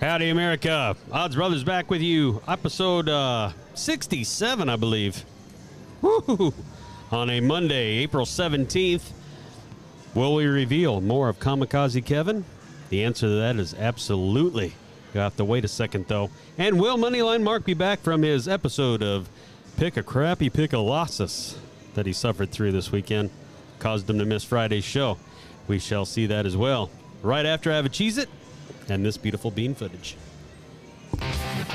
Howdy, America. Odds Brothers back with you. Episode uh, 67, I believe. Woo! On a Monday, April 17th. Will we reveal more of Kamikaze Kevin? The answer to that is absolutely. You'll have to wait a second, though. And will Moneyline Mark be back from his episode of Pick a Crappy Pick a Losses that he suffered through this weekend? Caused him to miss Friday's show. We shall see that as well. Right after I have a Cheez It and this beautiful bean footage.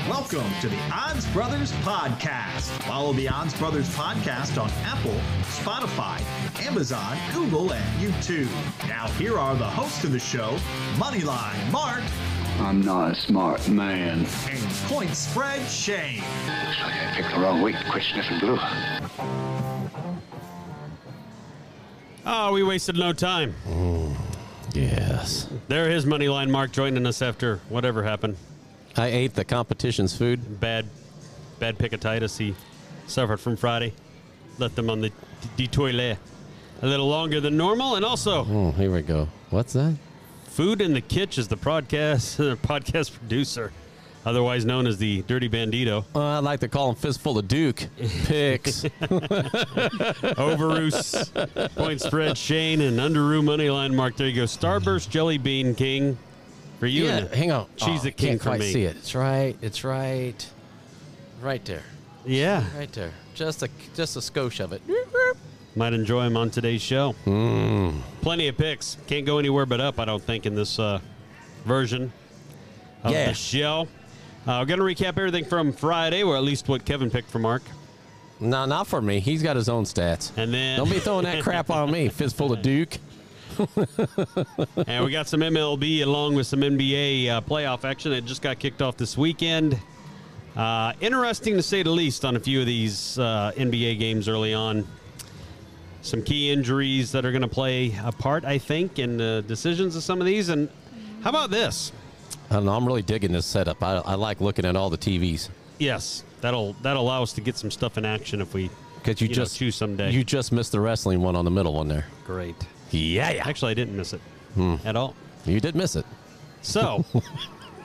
Welcome to the Odds Brothers Podcast. Follow the Odds Brothers Podcast on Apple, Spotify, Amazon, Google, and YouTube. Now, here are the hosts of the show Moneyline Mark I'm not a smart man. and Point Spread Shane. Looks like I picked the wrong week to quit sniffing glue. Oh, we wasted no time. Yes. There is Moneyline Mark joining us after whatever happened. I ate the competition's food. Bad, bad picatitis he suffered from Friday. Left them on the d- toilet a little longer than normal. And also, Oh, here we go. What's that? Food in the Kitch is the podcast, the podcast producer, otherwise known as the Dirty Bandito. Uh, I like to call him Fistful of Duke. Picks. Overoos, Point Spread, Shane, and Underoo Moneyline Mark. There you go. Starburst Jelly Bean King for you. yeah, and hang on. Cheese oh, it King can't for quite me. see it. It's right. It's right. Right there. Yeah. Right there. Just a just a skosh of it. Might enjoy him on today's show. Plenty of picks. Can't go anywhere but up, I don't think, in this uh, version of Yeah. the show. Uh, we're going to recap everything from Friday, or at least what Kevin picked for Mark. No, not for me. He's got his own stats. And then- don't be throwing that crap on me. Fistful of Duke. and we got some MLB along with some NBA uh, playoff action that just got kicked off this weekend. Uh, interesting to say the least on a few of these uh, NBA games early on. Some key injuries that are going to play a part, I think, in the decisions of some of these. And how about this? I don't know. I'm really digging this setup. I, I like looking at all the TVs Yes, that'll that'll allow us to get some stuff in action if we because you, You know, just choose someday. You just missed the wrestling one on the middle one there. great. Yeah, Hmm. yeah. Actually, I didn't miss it at all. You did miss it. So,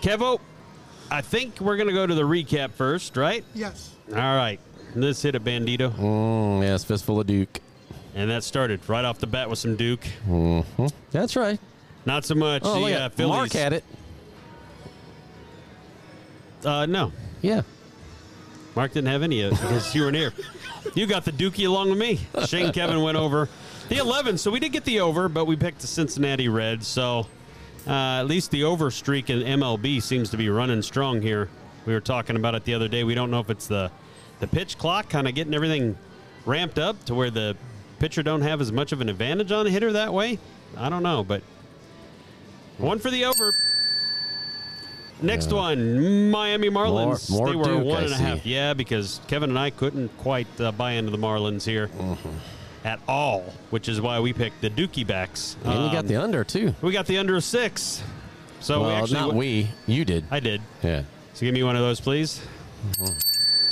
Kevo, I think we're going to go to the recap first, right? Yes. All right, let's hit a bandito. Mm, yes, fistful of Duke. And that started right off the bat with some Duke. That's right. Not so much Oh, the look uh, at Phillies. Mark had it. Uh, no, Yeah. Mark didn't have any of it because you weren't here. You got the Dookie along with me. Shane Kevin went over the 11, so we did get the over, but we picked the Cincinnati Reds. So uh, at least the over streak in MLB seems to be running strong here. We were talking about it the other day. We don't know if it's the the pitch clock kind of getting everything ramped up to where the pitcher don't have as much of an advantage on the hitter that way. I don't know, but one for the over. Next one, Miami Marlins. More- more they were Duke, one I and a half. see. Yeah, because Kevin and I couldn't quite uh, buy into the Marlins here Mm-hmm. at all, which is why we picked the Dookie backs. And you got Um, the under, too. we got the under six. So we well, actually not w- we. You did. I did. yeah. So give me one of those, please. Mm-hmm.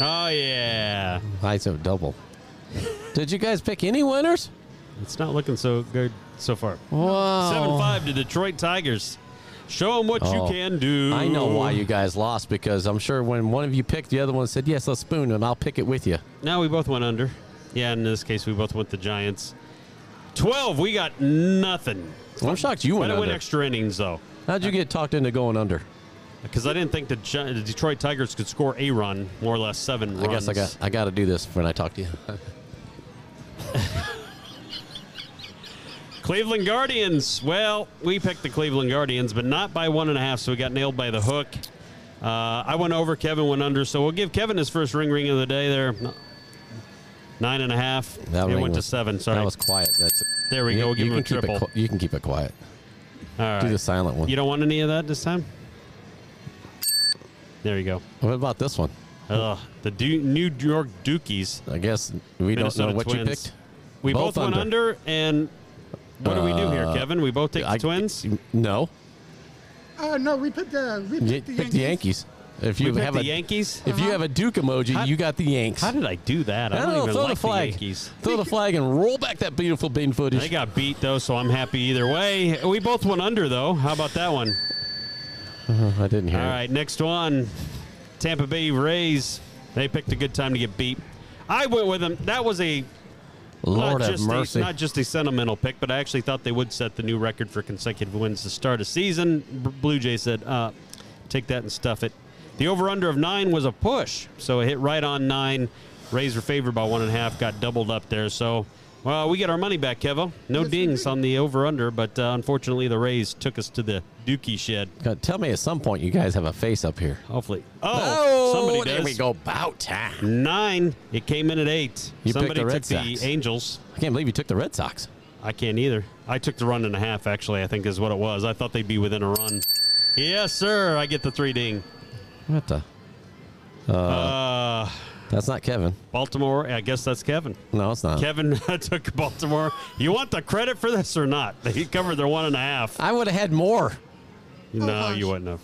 Oh yeah, I said double. did you guys pick any winners? it's not looking so good so far. Wow. Seven five to Detroit Tigers. Show them what Oh. you can do. I know why you guys lost because I'm sure when one of you picked, the other one said, yes, let's spoon and I'll pick it with you. No, we both went under. Yeah, in this case, we both went the Giants. 12, we got nothing. I'm shocked you But went it went under. extra innings, though, How'd you get talked into going under? because I didn't think the, Gi- the Detroit Tigers could score a run, more or less seven I guess I runs. got I got to do this when I talk to you. Cleveland Guardians. Well, we picked the Cleveland Guardians, but not by one and a half, so we got nailed by the hook. Uh, I went over, Kevin went under, so we'll give Kevin his first ring ring of the day there. Nine and a half. That it ring went was- to seven. Sorry. That was quiet. That's There we go. We'll give him a can keep it triple. qui- you can keep it quiet. All right. Do the silent one. You don't want any of that this time? There you go. what about this one? Ugh, the du- New York Dookies. I guess we Minnesota don't know what Twins. you picked. We both, Both went under. under, and what do we do here, Uh, Kevin? We both take I- the Twins? No, Uh, no, we picked the we you picked picked the Yankees. If We you picked have the a Yankees? if you have a Duke emoji, How- you got the Yanks. How did I do that? I, I don't know. even Throw like the flag. Yankees. Throw the flag and roll back that beautiful bean They footage. got beat, though, so I'm happy either way. We both went under, though. How about that one? Oh, I didn't hear. All it. right, next one. Tampa Bay Rays. They picked a good time to get beat. I went with them. That was a Lord not have just mercy. A, not just a sentimental pick, but I actually thought they would set the new record for consecutive wins to start a season. B- Blue Jays said, uh, take that and stuff it. The over under of nine was a push, so it hit right on nine. Rays were favored by one and a half, got doubled up there. So, well, we get our money back, Kevo. No Yes, we dings did. on the over under, but uh, unfortunately, the Rays took us to the dookie shed. God, tell me at some point you guys have a face up here. Hopefully. Oh, somebody there does. we go. About time. Nine. It came in at eight. You picked somebody the Red took the Sox. Angels. I can't believe you took the Red Sox. I can't either. I took the run and a half, actually, I think is what it was. I thought they'd be within a run. Yes, sir. I get the three ding. What the? Uh, That's not Kevin. Baltimore, I guess that's Kevin. No, it's not. Kevin took Baltimore. You want the credit for this or not? He covered their one and a half. I would have had more. No, gosh. you wouldn't have.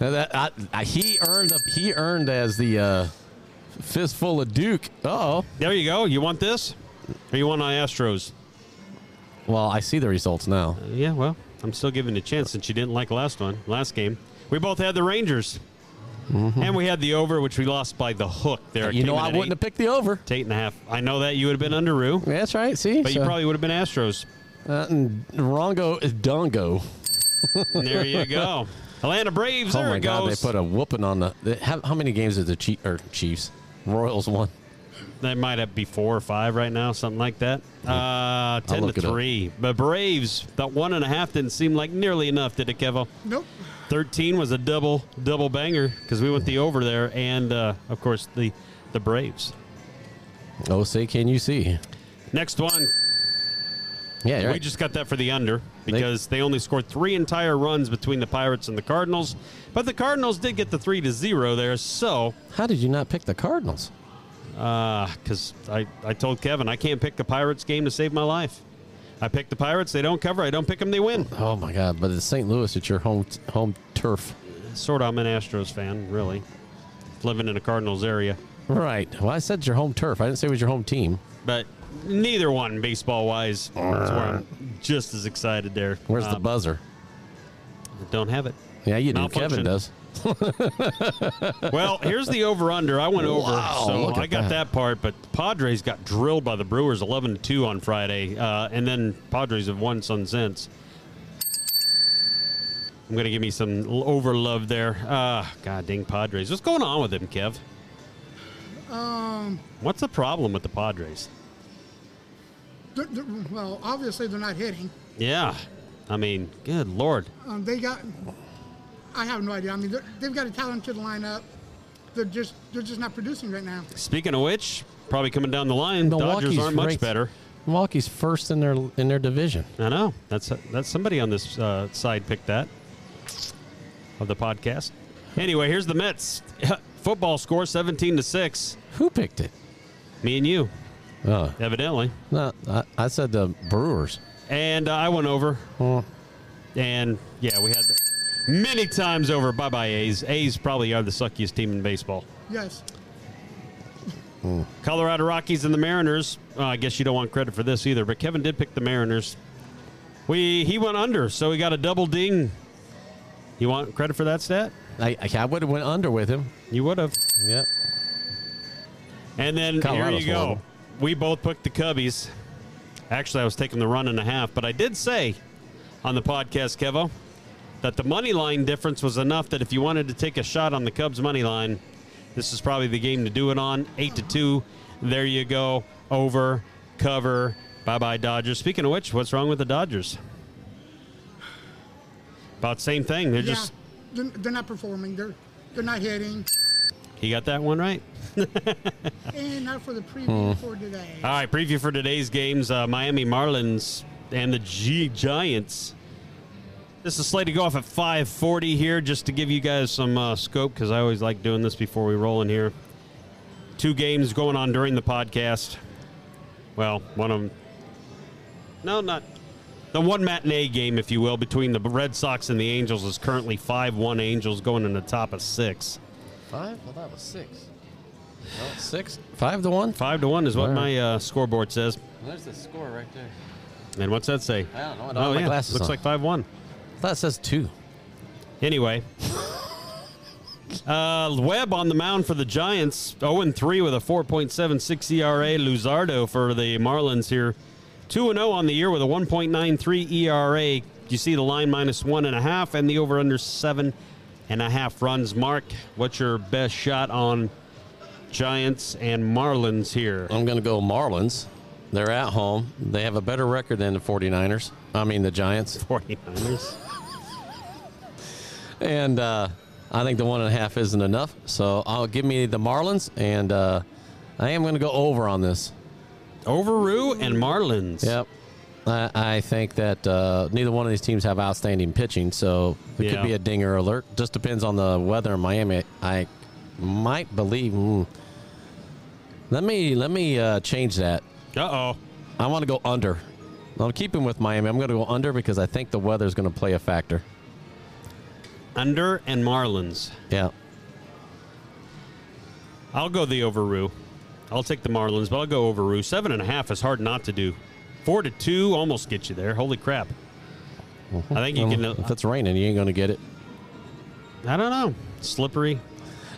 Now that- I- I- he earned. A, he earned as the uh, fistful of Duke. Oh, There you go. You want this? Or you want the Astros? Uh, well, I see the results now. Yeah, well, I'm still giving it a chance since you didn't like last one, last game. We both had the Rangers. And we had the over, which we lost by the hook there. It Mm-hmm. you know, came in I at wouldn't have picked the over. eight, eight and a half. I know that you would have been under Rue. Yeah, that's right. See, But you So- probably would have been Astros. uh, and Rongo is Dongo. There you go. Atlanta Braves. oh there my it God, they goes. put a whooping on the. They, how, how many games did the Chief, or Chiefs Royals won? they might have be four or five right now, something like that. Uh, ten look to it up. three. But Braves, that one and a half didn't seem like nearly enough, did it, Kevo? Nope. Thirteen was a double double banger because we went the over there, and uh, of course the the Braves. Oh, say can you see? Next one, Yeah, you're we right. just got that for the under because they only scored three entire runs between the Pirates and the Cardinals, but the Cardinals did get the three to zero there, so How did you not pick the Cardinals? because Uh, I, I told Kevin I can't pick the Pirates game to save my life. I pick the Pirates, they don't cover. I don't pick them, they win. Oh my God! But it's St. Louis. It's your home home turf. Sort of, I'm an Astros fan, really. Living in a Cardinals area. Right. Well, I said your home turf. I didn't say it was your home team. But neither one, baseball wise, is where I'm just as excited there. Where's the Um, buzzer? Don't have it. Yeah, you do. malfunction. Kevin does. Well, here's the over under. I went over, Wow, so look at I got that. that. part. But the Padres got drilled by the Brewers 11 2 on Friday, uh, and then Padres have won some since. I'm going to give me some l- over love there. Uh, God dang Padres. What's going on with them, Kev? Um, What's the problem with the Padres? they're- they're- well, obviously they're not hitting. Yeah. I mean, good Lord. Um, they got. I have no idea. I mean, they're- they've got a talented lineup. They're just they're just not producing right now. Speaking of which, probably coming down the line, Dodgers Milwaukee's aren't much ranked- better. Milwaukee's first in their in their division. I know. That's that's somebody on this uh, side picked that of the podcast. Anyway, here's the Mets football score 17 to 6. Who picked it? Me and you, Oh, evidently. no, I, I said the Brewers. And uh, I went over. Hmm. And yeah, we had that many times over. Bye bye, A's. A's probably are the suckiest team in baseball. Yes. Colorado Rockies and the Mariners. Uh, I guess you don't want credit for this either, but Kevin did pick the Mariners. We he went under, so he got a double ding. You want credit for that stat? I I, I would have went under with him. You would have. Yep. And then Colorado's here you go. horrible. We both picked the Cubbies. Actually, I was taking the run and a half, but I did say on the podcast, Kevo, that the money line difference was enough that if you wanted to take a shot on the Cubs money line, this is probably the game to do it on. Eight to two. There you go. Over. Cover. Bye bye Dodgers. Speaking of which, what's wrong with the Dodgers? About same thing. They're just yeah. They're, they're not performing. They're they're not hitting. he got that one right. and not for the Hmm. preview for today. All right, preview for today's games: uh, Miami Marlins and the G Giants. This is slated to go off at 5:40 here, just to give you guys some uh, scope because I always like doing this before we roll in here. Two games going on during the podcast. Well, one of them. No, not the one matinee game, if you will, between the Red Sox and the Angels is currently 5-1 Angels going in the top of six. Five. Well, that was six. six. Five to one. Five to one is what Wow. my uh, scoreboard says. There's the score right there. And what's that say? I don't know. I don't Oh have my yeah, glasses looks on. like five one. That says two. Anyway, uh, Webb on the mound for the Giants, 0 3 with a 4.76 ERA. E Luzardo for the Marlins here, 2 0 on the year with a 1.93 ERA. E You see the line minus one and a half and the over under seven and a half runs. Mark, what's your best shot on Giants and Marlins here? I'm going to go Marlins. They're at home. They have a better record than the 49ers. I mean, the Giants. 49ers. And uh, I think the one and a half isn't enough. So I'll give me the Marlins. And uh, I am going to go over on this. Overrue and Marlins. Yep. I, I think that uh, neither one of these teams have outstanding pitching, so it Yeah. could be a dinger alert. Just depends on the weather in Miami. I might believe. mm. let me let me uh, change that. Uh oh. I want to go under. I'm keeping with Miami. I'm going to go under because I think the weather is going to play a factor. Under and Marlins. Yeah. I'll go the overrue. I'll take the Marlins, but I'll go overrue. Seven and a half is hard not to do. Four to two almost get you there. Holy crap! I think you can. Um, uh, if it's raining, you ain't going to get it. I don't know. Slippery.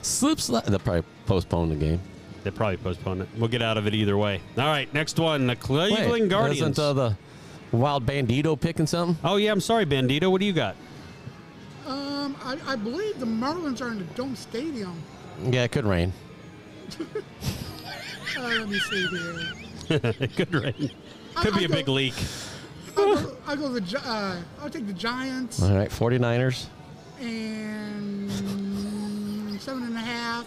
Slip slide. They'll probably postpone the game. They probably postponed it. We'll get out of it either way. All right, next one. The Cleveland Wait, Guardians. Isn't uh, the wild bandito picking something? oh yeah, I'm sorry, Bandito. What do you got? Um, I, I believe the Marlins are in the Dome Stadium. Yeah, it could rain. Uh, let me see here. Good rain. I- Could be I a big go- leak. I'll go, I'll go the. Gi- Uh, I'll take the Giants All right, 49ers. and seven and a half.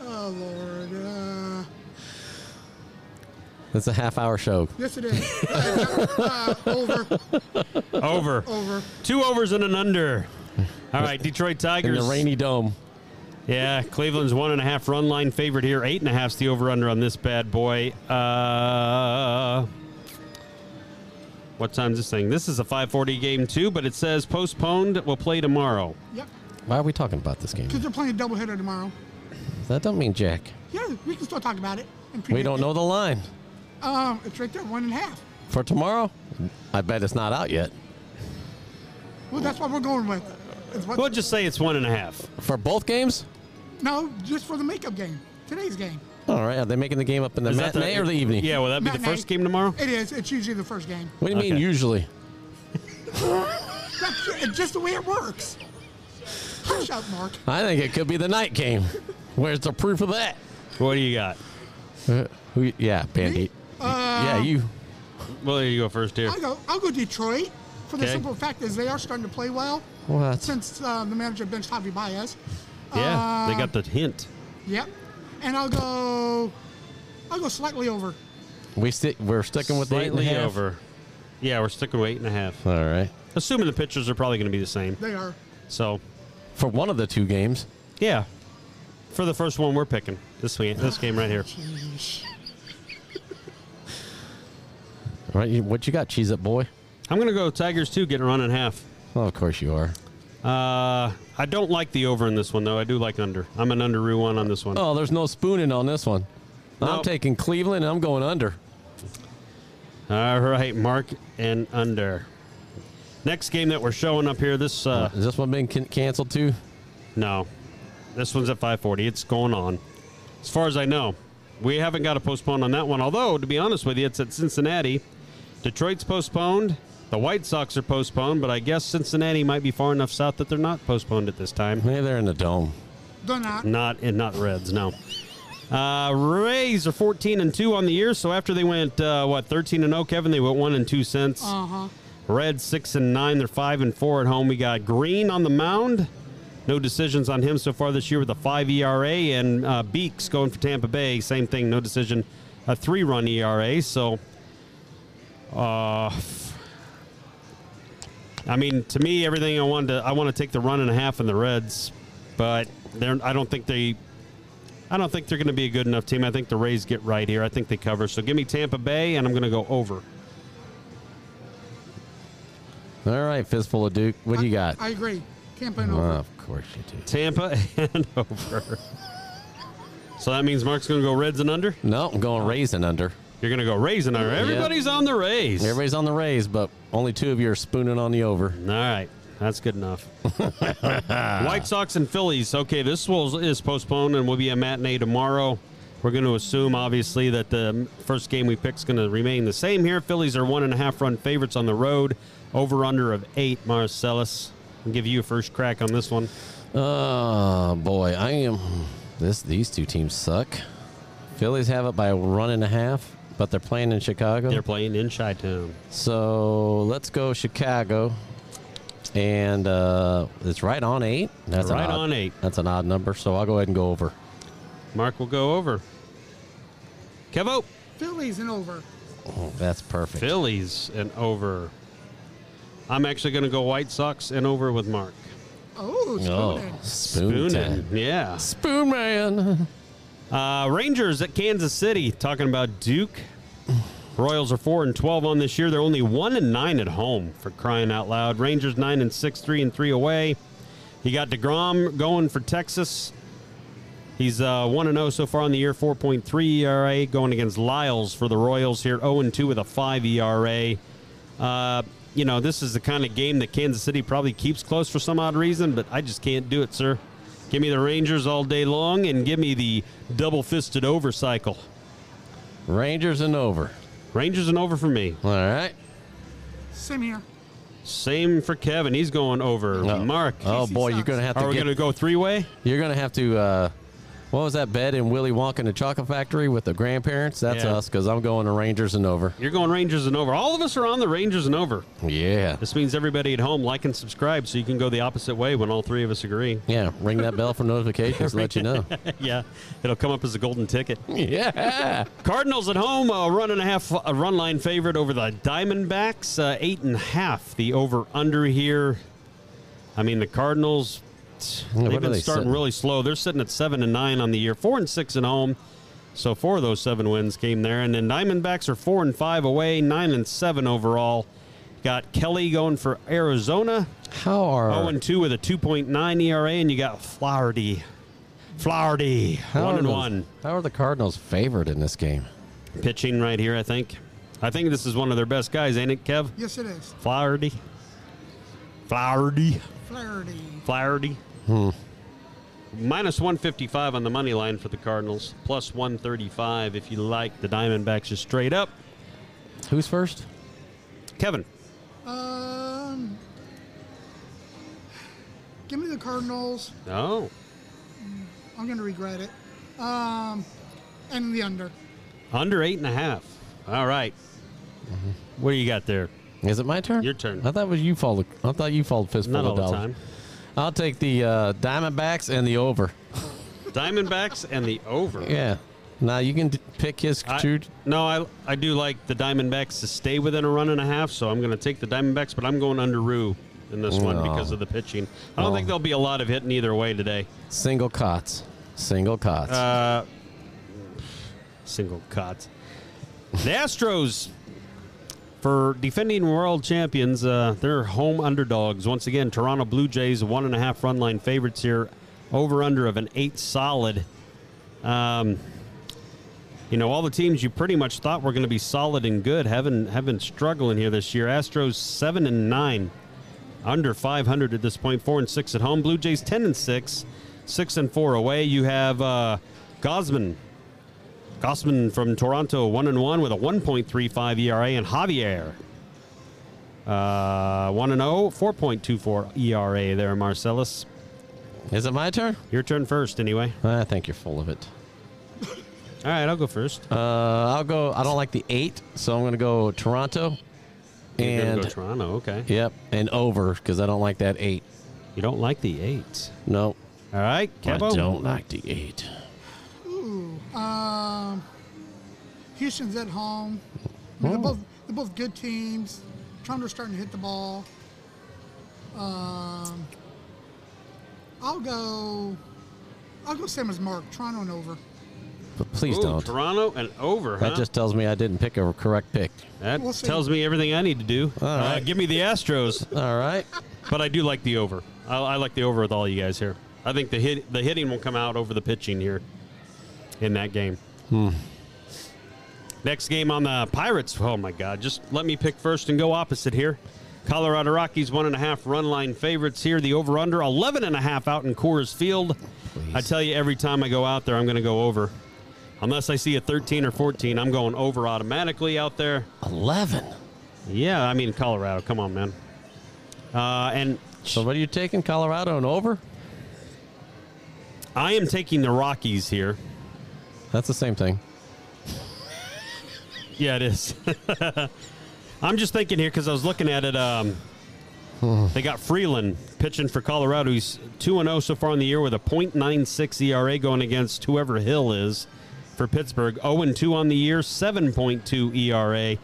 Oh Lord. Uh, It's a half hour show. yes, it is. Uh, over, Over. over. Two overs and an under. All right, Detroit In Tigers. the rainy dome. Yeah, Cleveland's one and a half run line favorite here. Eight and a half's the over under on this bad boy. Uh, what time's this thing? This is a 5:40 game too, but it says postponed. We'll play tomorrow. Yep. Why are we talking about this game? Because they're playing a doubleheader tomorrow. That don't mean jack. Yeah, we can still talk about it. and We predict don't it. know the line. Um, it's right there, one and a half. For tomorrow, I bet it's not out yet. Well, that's what we're going with. It's what- We'll just say it's one and a half. For both games? no, just for the makeup game, today's game. All right, are they making the game up in the Is that matinee or the evening? Yeah, will that be the Matinee. first game tomorrow? It is. It's usually the first game. What do you mean Okay. usually? That's ju- just the way it works. Hush up, Mark. I think it could be the night game. Where's the proof of that? What do you got? Who? Yeah, Bandit. uh, yeah, you. Well, there you go first here. I go. I'll go Detroit for the Okay. simple fact is they are starting to play well What? since uh, the manager benched Javi Baez. Yeah, they Uh, got the hint. Yep. And I'll go. I'll go slightly over. We stick. We're sticking with the Slightly eight and a half? over. Yeah, we're sticking with eight and a half. All right. Assuming the pitchers are probably going to be the same. They are. So, For one of the two games, yeah, for the first one we're picking this week, this game right here. Jeez. All right? you- What you got, Cheese It Boy? I'm going to go Tigers too, getting run in half. Well, of course you are. Uh, I don't like the over in this one though. I do like under. I'm an under Rue one on this one. Oh, there's no spooning on this one. I'm Nope. taking Cleveland and I'm going under. All right, Mark and under. Next game that we're showing up here. This uh, Is this one being can- canceled too? no, this one's at 5:40. It's going on. As far as I know, we haven't got a postpone on that one. Although to be honest with you, it's at Cincinnati. Detroit's postponed. The White Sox are postponed, but I guess Cincinnati might be far enough south that they're not postponed at this time. Maybe they're in the dome. They're not. Not and not Reds, no. Uh, Rays are 14 and 2 on the year, so after they went uh, what 13 and 0, Kevin, they went 1 and 2 cents. Uh huh. Reds 6 and 9, they're 5 and 4 at home. We got Green on the mound. No decisions on him so far this year with a 5 ERA and uh, Beeks going for Tampa Bay, same thing, no decision, a 3-run ERA, so uh I mean, to me, everything I wanted to, I want to take the run and a half in the Reds, but they're, I don't think they, I don't think they're going to be a good enough team. I think the Rays get right here. I think they cover. So give me Tampa Bay, and I'm going to go over. All right, fistful of Duke. What do you got? I agree. Tampa and Oh, over. of course you do. Tampa and over. So that means Mark's going to go Reds and under. No, I'm going Rays and under. You're going to go Rays and under. Everybody's on the Rays. Everybody's on the Rays, but only two of you are spooning on the over. All right. That's good enough. White Sox and Phillies. Okay, this will is postponed and will be a matinee tomorrow. We're going to assume, obviously, that the first game we pick is going to remain the same here. Phillies are one and a half run favorites on the road. Over under of eight. Marcellus, I'll give you a first crack on this one. Oh boy, I am. This these two teams suck. Phillies have it by a run and a half, but they're playing in Chicago. They're playing in Chi Town. So let's go Chicago, and uh, it's right on eight. That's an Right odd- on eight. That's an odd number, so I'll go ahead and go over. Mark will go over. Kevo. Phillies and over. Oh, that's perfect. Phillies and over. I'm actually going to go White Sox and over with Mark. Oh, it's oh, good. spoon, Spoonin', time. Yeah. Spoon man. Uh, Rangers at Kansas City. Talking about Duke. Royals are four and twelve on this year. They're only one and nine at home for crying out loud. Rangers nine and six, three and three away. You got Degrom going for Texas. He's uh, one and zero so far on the year, four point three ERA. Going against Lyles for the Royals here, zero and two with a five ERA. Uh, you know this is the kind of game that Kansas City probably keeps close for some odd reason, but I just can't do it, sir. Give me the Rangers all day long, and give me the double-fisted over cycle. Rangers and over. Rangers and over for me. All right. Same here. Same for Kevin. He's going over. No. Mark. Oh boy, you're sucks. gonna have to Are we get. going to go three way? You're gonna have to. Uh, what was that bed in Willy Wonka and the Chocolate Factory with the grandparents? That's Yeah. us, because I'm going to Rangers and over. You're going Rangers and over. All of us are on the Rangers and over. Yeah, This means everybody at home like and subscribe so you can go the opposite way when all three of us agree. yeah. Ring that bell for notifications to let you know. yeah, it'll come up as a golden ticket. yeah, Cardinals at home, a run and a half, a run line favorite over the Diamondbacks, uh, eight and a half. The over under here. I mean, the Cardinals. what They've are been they starting sitting? really slow. They're sitting at seven and nine on the year, four and six at home. So four of those seven wins came there, and then Diamondbacks are four and five away, nine and seven overall. Got Kelly going for Arizona, how are zero and two with a two point nine ERA, and you got Flaherty, Flaherty, how one are and the- one How are the Cardinals favored in this game? pitching right here, I think. I think this is one of their best guys, ain't it, Kev? Yes, it is. Flaherty. Flaherty. Flaherty. Flaherty. Hmm. Minus 155 on the money line for the Cardinals. Plus 135 if you like the Diamondbacks just straight up. Who's first? Kevin. Um, give me the Cardinals. Oh. I'm gonna regret it. Um, and the under. Under eight and a half. All right. Mm-hmm. What do you got there? Is it my turn? Your turn. I thought it was you followed. I thought you followed fistful Not of all the dollars. time. I'll take the uh, Diamondbacks and the over. Diamondbacks and the over. Yeah. Now you can d- pick his I- true. no, I I do like the Diamondbacks to stay within a run and a half, so I'm going to take the Diamondbacks, but I'm going under Rue in this one No. because of the pitching. I don't No. think there'll be a lot of hitting either way today. Single cots. Single cots. Uh, single cuts. The Astros for defending world champions, uh, they're home underdogs once again. Toronto Blue Jays one and a half run line favorites here, over under of an eight solid. Um, you know, all the teams you pretty much thought were going to be solid and good have been, have been struggling here this year. Astros seven and nine, under 500 at this point, four and six at home. Blue Jays ten and six, six and four away. You have uh, Gosman, Gosman from Toronto, one and one with a 1.35 ERA, E and Javier. Uh, 1 and 0, 4.24 ERA E there, Marcellus. Is it my turn? Your turn first, anyway. I think you're full of it. All right, I'll go first. Uh, I'll go. I don't like the eight, so I'm going to go Toronto. You're gonna And go Toronto, okay. yep, and over because I don't like that eight. You don't like the eight. No, All right, Cabo. I don't like the eight. Ooh. Um, Houston's at home. I mean, they're Oh. both they're both good teams. Toronto's starting to hit the ball. Um, I'll go. I'll go same as Mark. Toronto and over. But please Ooh, don't. Toronto and over, huh? That just tells me I didn't pick a correct pick. That We'll see. tells me everything I need to do. All Uh, right. give me the Astros. All right. But I do like the over. I, I like the over with all you guys here. I think the hit the hitting will come out over the pitching here in that game. Next game on the Pirates. Oh my God! Just let me pick first and go opposite here. Colorado Rockies one and a half run line favorites here. The over under 11 and a half out in Coors Field. I tell you, every time I go out there, I'm going to go over. Unless I see a 13 or 14, I'm going over automatically out there. 11. Yeah, I mean, Colorado. Come on, man. Uh, and So what are you taking, Colorado and over? I am taking the Rockies here. That's the same thing. Yeah, it is. I'm just thinking here because I was looking at it. Um, they got Freeland pitching for Colorado. He's 2 0 so far in the year with a .96 ERA E going against whoever Hill is for Pittsburgh. 0 2 on the year, 7.2 ERA. E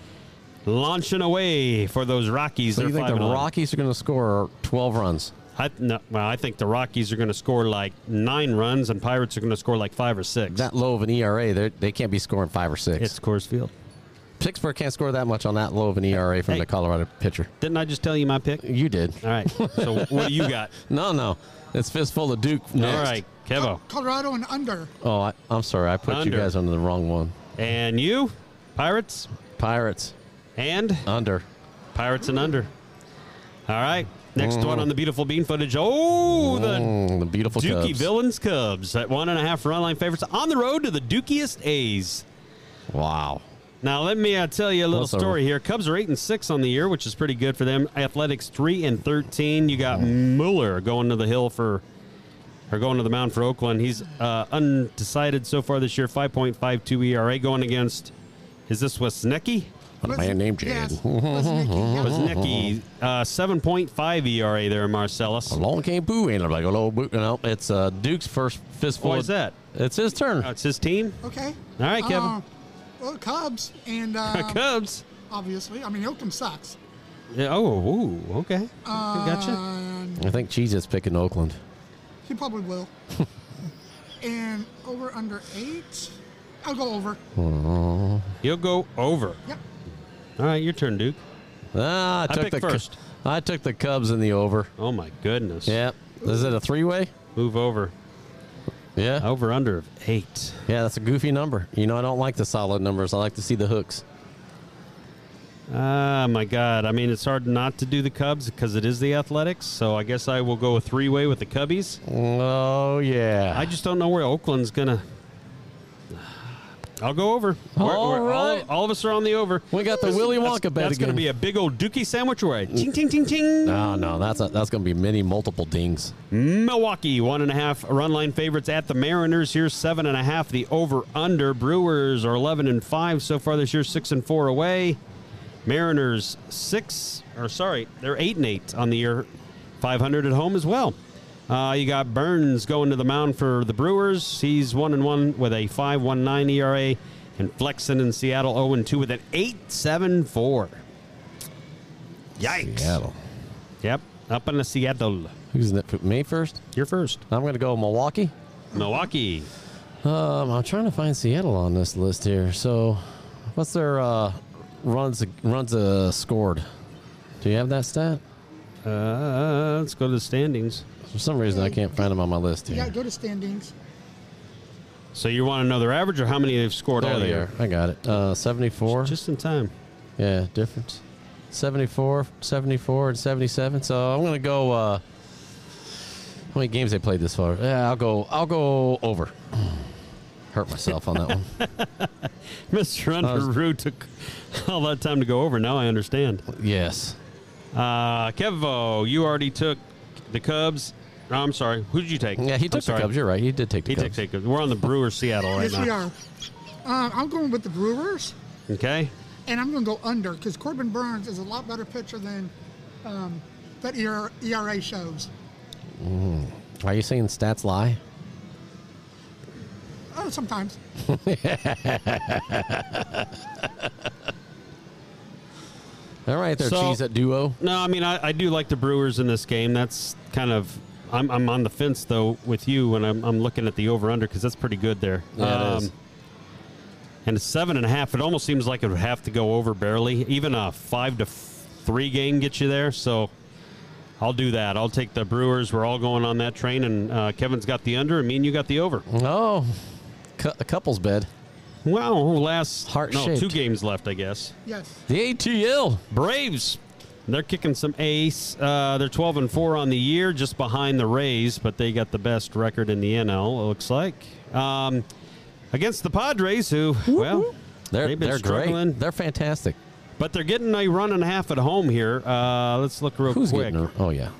Launching away for those Rockies. So They're you think 5 the and 11. Rockies are going to score 12 runs? I, no, well, I think the Rockies are going to score like nine runs, and Pirates are going to score like five or six. That low of an ERA, they're- they can't be scoring five or six. it's Coors Field. Pittsburgh can't score that much on that low of an ERA from Hey. the Colorado pitcher. Didn't I just tell you my pick? You did. All right. So what do you got? No, no. It's fistful of Duke. Next. All right, Kevo. Oh, Colorado and under. Oh, I, I'm sorry. I put Under. you guys under the wrong one. And you, Pirates, Pirates and under. Pirates and under. All right. Next one on the beautiful bean footage. Oh, the Mm, the beautiful Dookie Cubs. Villains Cubs at one and a half run line favorites on the road to the Dookiest A's. Wow. Now let me uh, tell you a little What's up? story here. Cubs are eight and six on the year, which is pretty good for them. Athletics three and thirteen. You got Mueller going to the hill for, or going to the mound for Oakland. He's uh, undecided so far this year. Five point five two ERA going against. Is this Wesnecki? A man named Jed. Yes, Wesnicki, yep. Wesnecki, uh, seven point five ERA there, Marcellus. Long came Boo ain't like a little boo. No, it's uh, Duke's first fistful. What of- is that? It's his turn. Oh, it's his team. Okay. All right, Kevin. Uh, well, Cubs and uh, Cubs. obviously, I mean, Oakham sucks. Yeah, oh, ooh, okay. gotcha. And I think Cheez is picking Oakland. he probably will. and over under eight, I'll go over. You'll go over. Yep. All right, your turn, Duke. Ah, I I took picked the Cu- first. I took the Cubs in the over. Oh my goodness. Yeah. Is it a three way? Move over. Yeah. Over under of eight. Yeah, that's a goofy number. You know, I don't like the solid numbers. I like to see the hooks. Ah, my God. I mean, it's hard not to do the Cubs because it is the Athletics. So I guess I will go a three way with the Cubbies. Oh yeah. I just don't know where Oakland's going to. I'll go over. All all, right. all of us are on the over. we got the Willy Wonka that's bet that's going again. to be a big old dookie sandwich where I ting, ting, ting, ting. no, Ah, no, that's a, that's going to be many multiple dings. Milwaukee, one and a half run line favorites at the Mariners. Here's seven and a half, the over under. Brewers are 11 and five so far this year, six and four away. Mariners, six, or sorry, they're eight and eight on the year, 500 at home as well. Uh, you got Burns going to the mound for the Brewers. He's one and one with a 5.19 ERA, and Flexen in Seattle 0 and 2 with an 8.74. Yikes. Seattle. Yep, up in the Seattle. Who's ne- me first? You're first. I'm going to go Milwaukee. Milwaukee. Um, I'm trying to find Seattle on this list here. So, what's their uh, runs runs uh, scored? Do you have that stat? Uh, let's go to the standings. For some reason, I can't find them on my list here. Yeah, go to standings. So you want to know their average or how many they've scored there all they year? are. I got it. Uh, 74. Just in time. yeah, difference. 74, 74, and 77. So I'm gonna go. Uh, how many games they played this far? Yeah, I'll go. I'll go over. Hurt myself on that one. Mr. Underwood took all that time to go over. Now I understand. Yes. Uh, Kevo, you already took the Cubs. No, I'm sorry. Who did you take? Yeah, he I'm took the sorry. Cubs. You're right. He did take the He Cubs. took the Cubs. We're on the Brewers Seattle right yes, now. we are. Uh, I'm going with the Brewers, Okay. and I'm going to go under because Corbin Burns is a lot better pitcher than um, that E ERA, ERA shows. Are you saying stats lie? Oh, sometimes. All right, there, So- cheese at duo. No, I mean I, I do like the Brewers in this game. That's kind of I'm, I'm on the fence though with you when I'm, I'm looking at the over under because that's pretty good there. Um, Yeah, it is. And it's seven and a half. It almost seems like it would have to go over barely. Even a five to f- three game gets you there. So I'll do that. I'll take the Brewers. We're all going on that train, and uh, Kevin's got the under, and me and you got the over. Oh, cu- a couple's bed. Wow, last no Heart-shaped. two games left, I guess. Yes. The ATL. Braves They're kicking some ace. Uh, they're 12 and 4 on the year, just behind the Rays, but they got the best record in the NL, it looks like. Um, against the Padres, who, well, They're, they've been they're struggling, great. They're fantastic. but they're getting a run and a half at home here. Uh, let's look real Who's quick. getting her? Oh, yeah.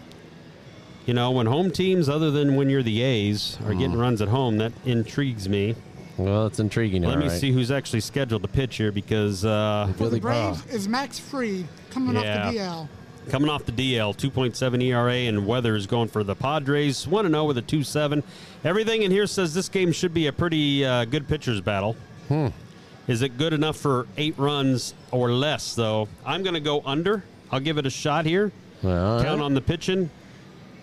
You know, when home teams, other than when you're the A's, are getting Mm. runs at home, that intrigues me. Well, it's intriguing. Let all me right. see who's actually scheduled to pitch here because uh, For Billy- the Braves is Max Freed coming Yeah. off the DL. coming off the DL, 2.7 ERA, E and Weather is going for the Padres, 1 0 with a 2 7. Everything in here says this game should be a pretty uh, good pitcher's battle. Hmm. Is it good enough for eight runs or less, though? I'm going to go under. I'll give it a shot here. All Count right. on the pitching.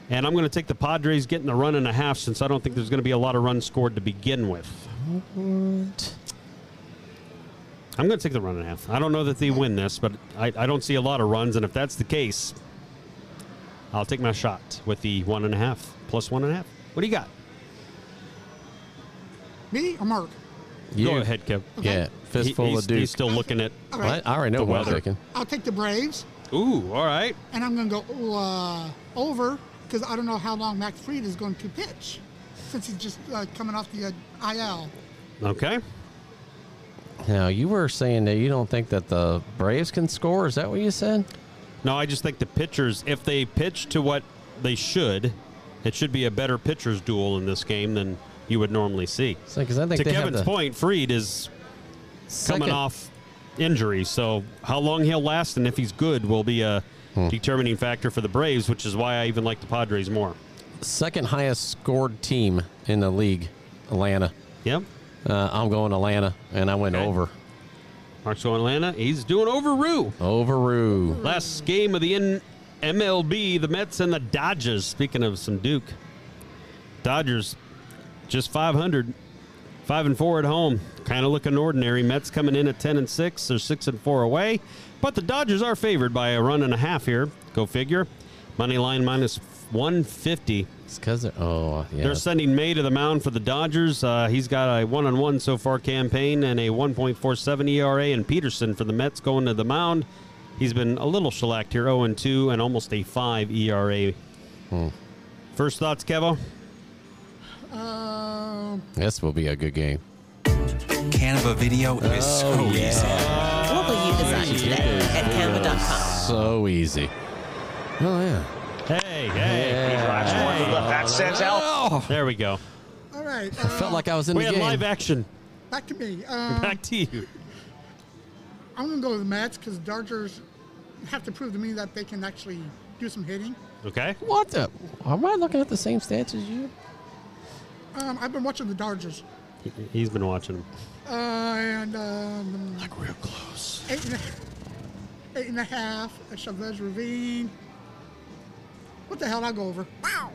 And I'm going to take the Padres getting the run and a half since I don't think there's going to be a lot of runs scored to begin with. I'm going to take the run and a half. I don't know that they win this, but I, I don't see a lot of runs. And if that's the case, I'll take my shot with the one and a half plus one and a half. What do you got? Me or Mark? You- Go ahead, Kev. Yeah, He- fistful he's, of Duke. he's still looking at. All Well, right. I already know The what I'm weather. thinking. I'll take the Braves, Ooh, all right. and I'm going to go uh, over because I don't know how long Max Freed is going to pitch since he's just uh, coming off the uh, IL. Okay. Now, you were saying that you don't think that the Braves can score. Is that what you said? No, I just think the pitchers, if they pitch to what they should, it should be a better pitchers duel in this game than you would normally see. It's like, 'cause I think To they Kevin's have the point, Freed is second- coming off injury, so how long he'll last and if he's good will be a determining factor for the Braves, which is why I even like the Padres more. second highest scored team in the league, Atlanta. Yep. Uh, I'm going Atlanta, and I went Okay. over. Mark's going Atlanta. He's doing over Rue. Over Rue. Last game of the N- MLB, the Mets and the Dodgers. Speaking of some Duke, Dodgers just 500, five and four at home. Kind of looking ordinary. Mets coming in at 10 and six. They're six and four away, but the Dodgers are favored by a run and a half here. Go figure. Money line minus 150. It's because they're. Oh, yeah. They're sending May to the mound for the Dodgers. Uh, he's got a one-on-one so far campaign and a 1.47 ERA. And Peterson for the Mets going to the mound. He's been a little shellacked here, 0-2 and almost a 5 ERA. Hmm. First thoughts, Kevo? Um, this will be a good game. Oh, Canva Video is so easy. What will you design today at canva.com? So easy. Oh, yeah. Hey, hey, That sends out. there we go. all right. uh, I felt like I was in We the had game. live action. back to me. Um, Back to you. I'm going to go with the Mets because Dodgers have to prove to me that they can actually do some hitting. Okay. What the? Am I looking at the same stats as you? Um, I've been watching the Dodgers. He's been watching. Uh, and um, like real close. Eight and a, eight and a half at Chavez Ravine. What the hell? I go over. Wow.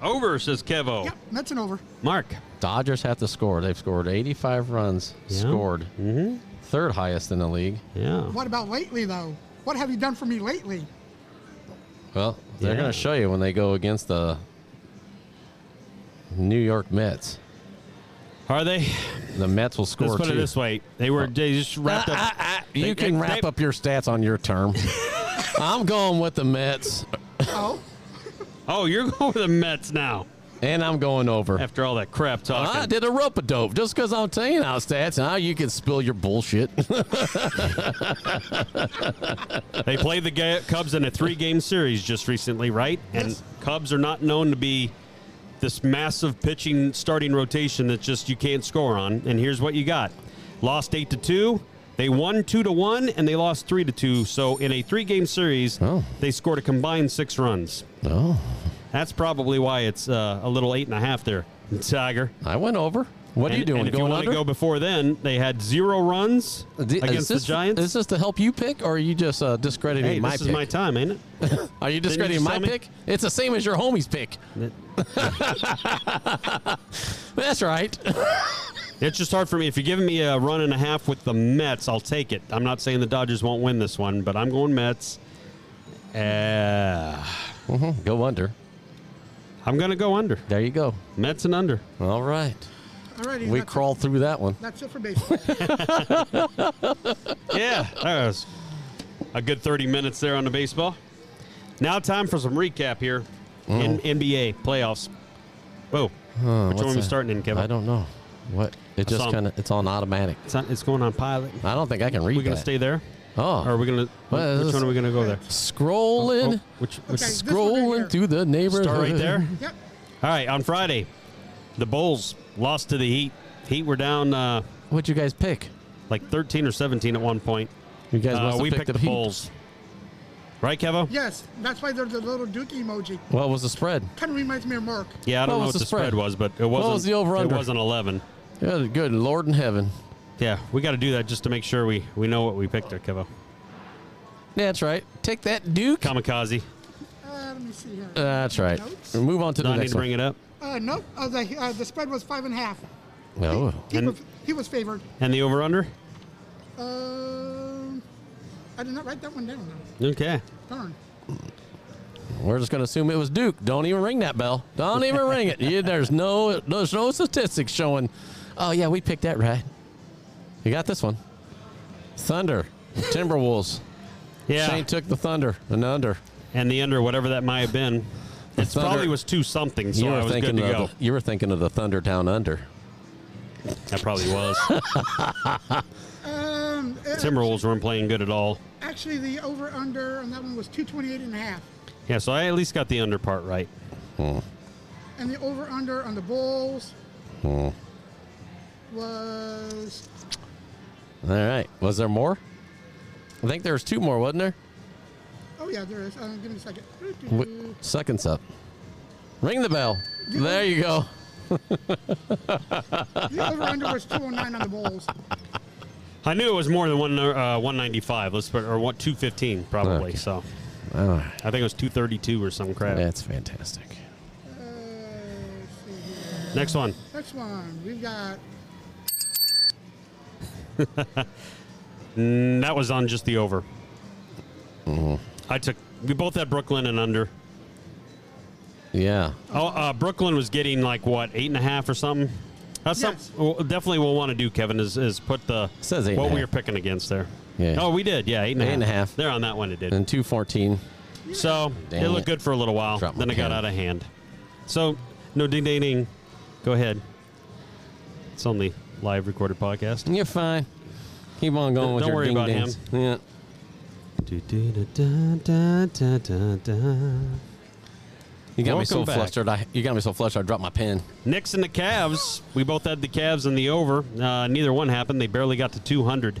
Over, says Kevo. Yep, that's an over. Mark. Dodgers have to score. They've scored 85 runs Yeah. scored. Mm-hmm. Third highest in the league. Yeah. What about lately though? What have you done for me lately? Well, they're Yeah. going to show you when they go against the New York Mets. Are they? The Mets will score Let's put two. Oh. it this way. They were they just wrapped up. Ah, ah, ah. They- you can they- wrap they- up your stats on your term. I'm going with the Mets, Oh, Oh, you're going with the Mets now. and I'm going over. After all that crap talking. I did a rope a dope just because I'm telling out stats. Now you can spill your bullshit. They played the Ga- Cubs in a three-game series just recently, right? And Yes. Cubs are not known to be this massive pitching starting rotation that just you can't score on. And here's what you got: lost eight to two, they won two to one, and they lost three to two. So in a three-game series, Oh. they scored a combined six runs. oh, That's probably why it's uh, a little eight and a half there, Tiger. I went over. What are you And- doing? And if you going want under? to go before then, they had zero runs Di- against is this, the Giants. Is this to help you pick, or are you just uh, discrediting hey, my this pick? is my time, ain't it? are you you discrediting just my tell me? pick? It's the same as your homie's pick. That's right. It's just hard for me. If you're giving me a run and a half with the Mets, I'll take it. I'm not saying the Dodgers won't win this one, but I'm going Mets. Uh, go under. I'm going to go under. There you go. Mets and under. All right. alrighty. We that's- crawled through that one. That's it for baseball. Yeah, that was a good 30 minutes there on the baseball. Now, time for some recap here in NBA playoffs. Whoa, Huh, which Uh, what's one are we that? starting in, Kevin? I don't know. What? It I saw just 'em. kind of it's on automatic. It's, not, it's going on pilot. I don't think I can read we gonna that. stay there? Oh. Or are we gonna? Well, which this- one are we gonna go there? Scrolling, Oh, which, which Okay. this one right scrolling here. through the neighborhood. start right there? Yep. All right, on Friday, the Bulls lost to the Heat. Heat were down uh, What'd you guys pick? like 13 or 17 at one point. You guys Uh, must have we picked, picked the, Heat. Bulls. Right, Kevo? Yes, that's why there's a little dookie emoji. What was the spread? Kind of reminds me of Mark. Yeah, I don't What know what was the the spread? spread? was, but it wasn't. was the over-under? It wasn't 11. Yeah, good Lord in heaven. Yeah, we got to do that just to make sure we, we know what we picked there, Kevo. Yeah, that's right. Take that, Duke. Kamikaze. Uh, let me see here. That's right. Notes? Move on to Do the I need next to bring one. it up? Uh, no, uh, the, uh, the spread was five and a half. No. He, And- was, he was favored. And the over under? Um, I did not write that one down. though. Okay. Darn. We're just gonna assume it was Duke. Don't even ring that bell. Don't even ring it. You, there's no there's no statistics showing. Oh yeah, we picked that right. You got this one. Thunder, Timberwolves. Yeah. Shane took the Thunder and under. and the under, whatever that might have been. It Thunder- probably was two something, so you I were was thinking good to go. of the, you were thinking of the Thunder down under. That probably was. Um, uh, Timberwolves weren't playing good at all. Actually, the over under on that one was 228 and a half. Yeah, so I at least got the under part right. And the over under on the Bulls was All right. Was there more? I think there was two more, wasn't there? oh yeah there is. Uh, give me a second. W- seconds up. Ring the bell. There you go. The over under was 209 on the Bulls. Uh, I knew it was more than one uh, 195. Let's put or what 215 probably. Okay. So All right. I think it was 232 or some crap. That's fantastic. Uh, let's see here. Next one. Next one we've got Mm, that was on just the over. Mm-hmm. I took. We both had Brooklyn and under. Yeah. Oh, uh, Brooklyn was getting like what eight and a half or something. That's Yes. something well, definitely we'll want to do, Kevin. Is is put the Says eight and what we a were half. picking against there. Yeah. Oh, we did. Yeah, eight and a half. Eight and a half. There on that one, it did. And 214. So Dang it looked it. good for a little while. Dropped my then it got pen. out of hand. So no ding ding ding. Go ahead. It's only live recorded podcast. You're fine. Keep on going with Don't your worry ding about dangs. him. Yeah. You got me so Welcome back. flustered. I you got me so flustered. I dropped my pen. Knicks and the Cavs. We both had the Cavs and the over. Uh, neither one happened. They barely got to 200.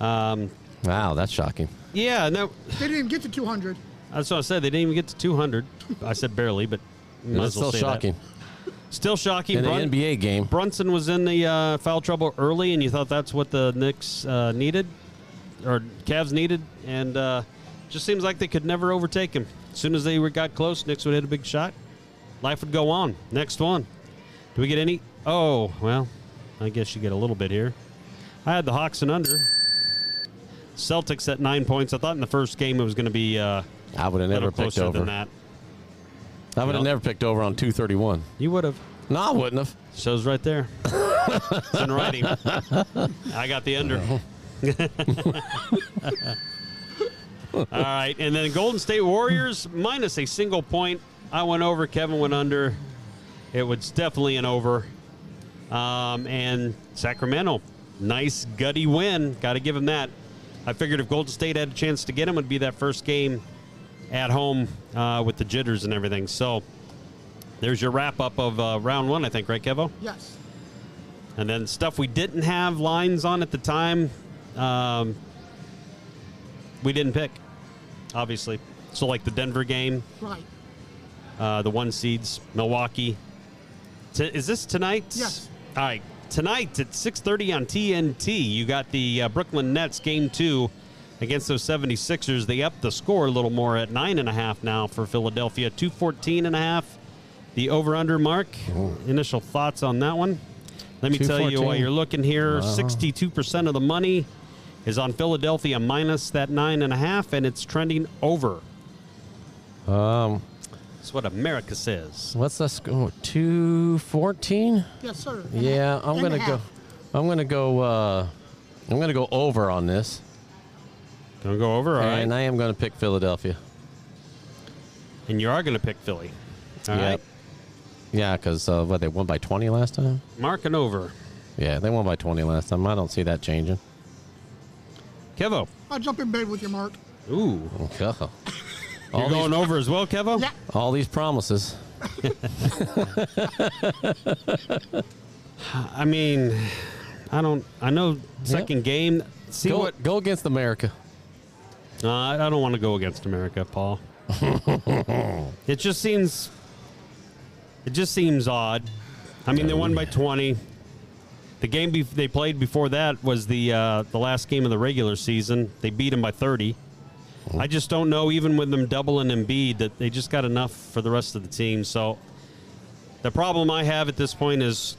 Um, Wow, that's shocking. yeah, no, they didn't get to 200. that's what I said. They didn't even get to 200. I said barely, but might That's as well still say that. shocking. Still shocking. In Brun- an NBA game. Brunson was in the uh, foul trouble early, and you thought that's what the Knicks uh, needed or Cavs needed, and uh, just seems like they could never overtake him. As soon as they were, got close, Knicks would hit a big shot. Life would go on. Next one. Do we get any? Oh, well, I guess you get a little bit here. I had the Hawks and under. Celtics at nine points. I thought in the first game it was going to be uh, I would have a little never picked closer over. than that. I would No. have never picked over on 231. You would have. No, I wouldn't have. Shows right there. it's in writing. I got the under. All right, and then Golden State Warriors minus a single point. I went over. Kevin went under. It was definitely an over. Um, and Sacramento, nice gutty win. Got to give him that. I figured if Golden State had a chance to get him, it'd be that first game at home uh, with the jitters and everything. So there's your wrap up of uh, round one, I think, right, Kevo? Yes. And then stuff we didn't have lines on at the time, um, we didn't pick, obviously. So, like the Denver game, Right. uh, the one seeds, Milwaukee. T- is this tonight? Yes. All right. Tonight at 6.30 on TNT, you got the uh, Brooklyn Nets game two against those 76ers. They upped the score a little more at 9.5 now for Philadelphia. 214 and a half, the over-under mark. Initial thoughts on that one? Let me tell you while 214. you're looking here, 62% of the money is on Philadelphia minus that 9.5, and it's trending over. Um, That's what America says. what's the score? 214? Yes, sir. And a- Yeah, I'm and a gonna go. half. I'm gonna go. Uh, I'm gonna go over on this. Don't go over. All right. And I am going to pick Philadelphia. And you are going to pick Philly. All right. Yep. Yeah, because uh, what they won by 20 last time. Marking over. Yeah, they won by 20 last time. I don't see that changing. Kevo. I'll jump in bed with you, Mark. Ooh. God. You're All going these, over as well, Kevo? Yeah. Uh-huh. all these promises. I mean, I don't. I know second game. See Go, what? go against America. Uh, I I don't want to go against America, Paul. it just seems. It just seems odd. I mean, they won by 20. The game bef they played before that was the uh, the last game of the regular season. They beat them by 30. I just don't know, even with them doubling Embiid, that they just got enough for the rest of the team. So the problem I have at this point is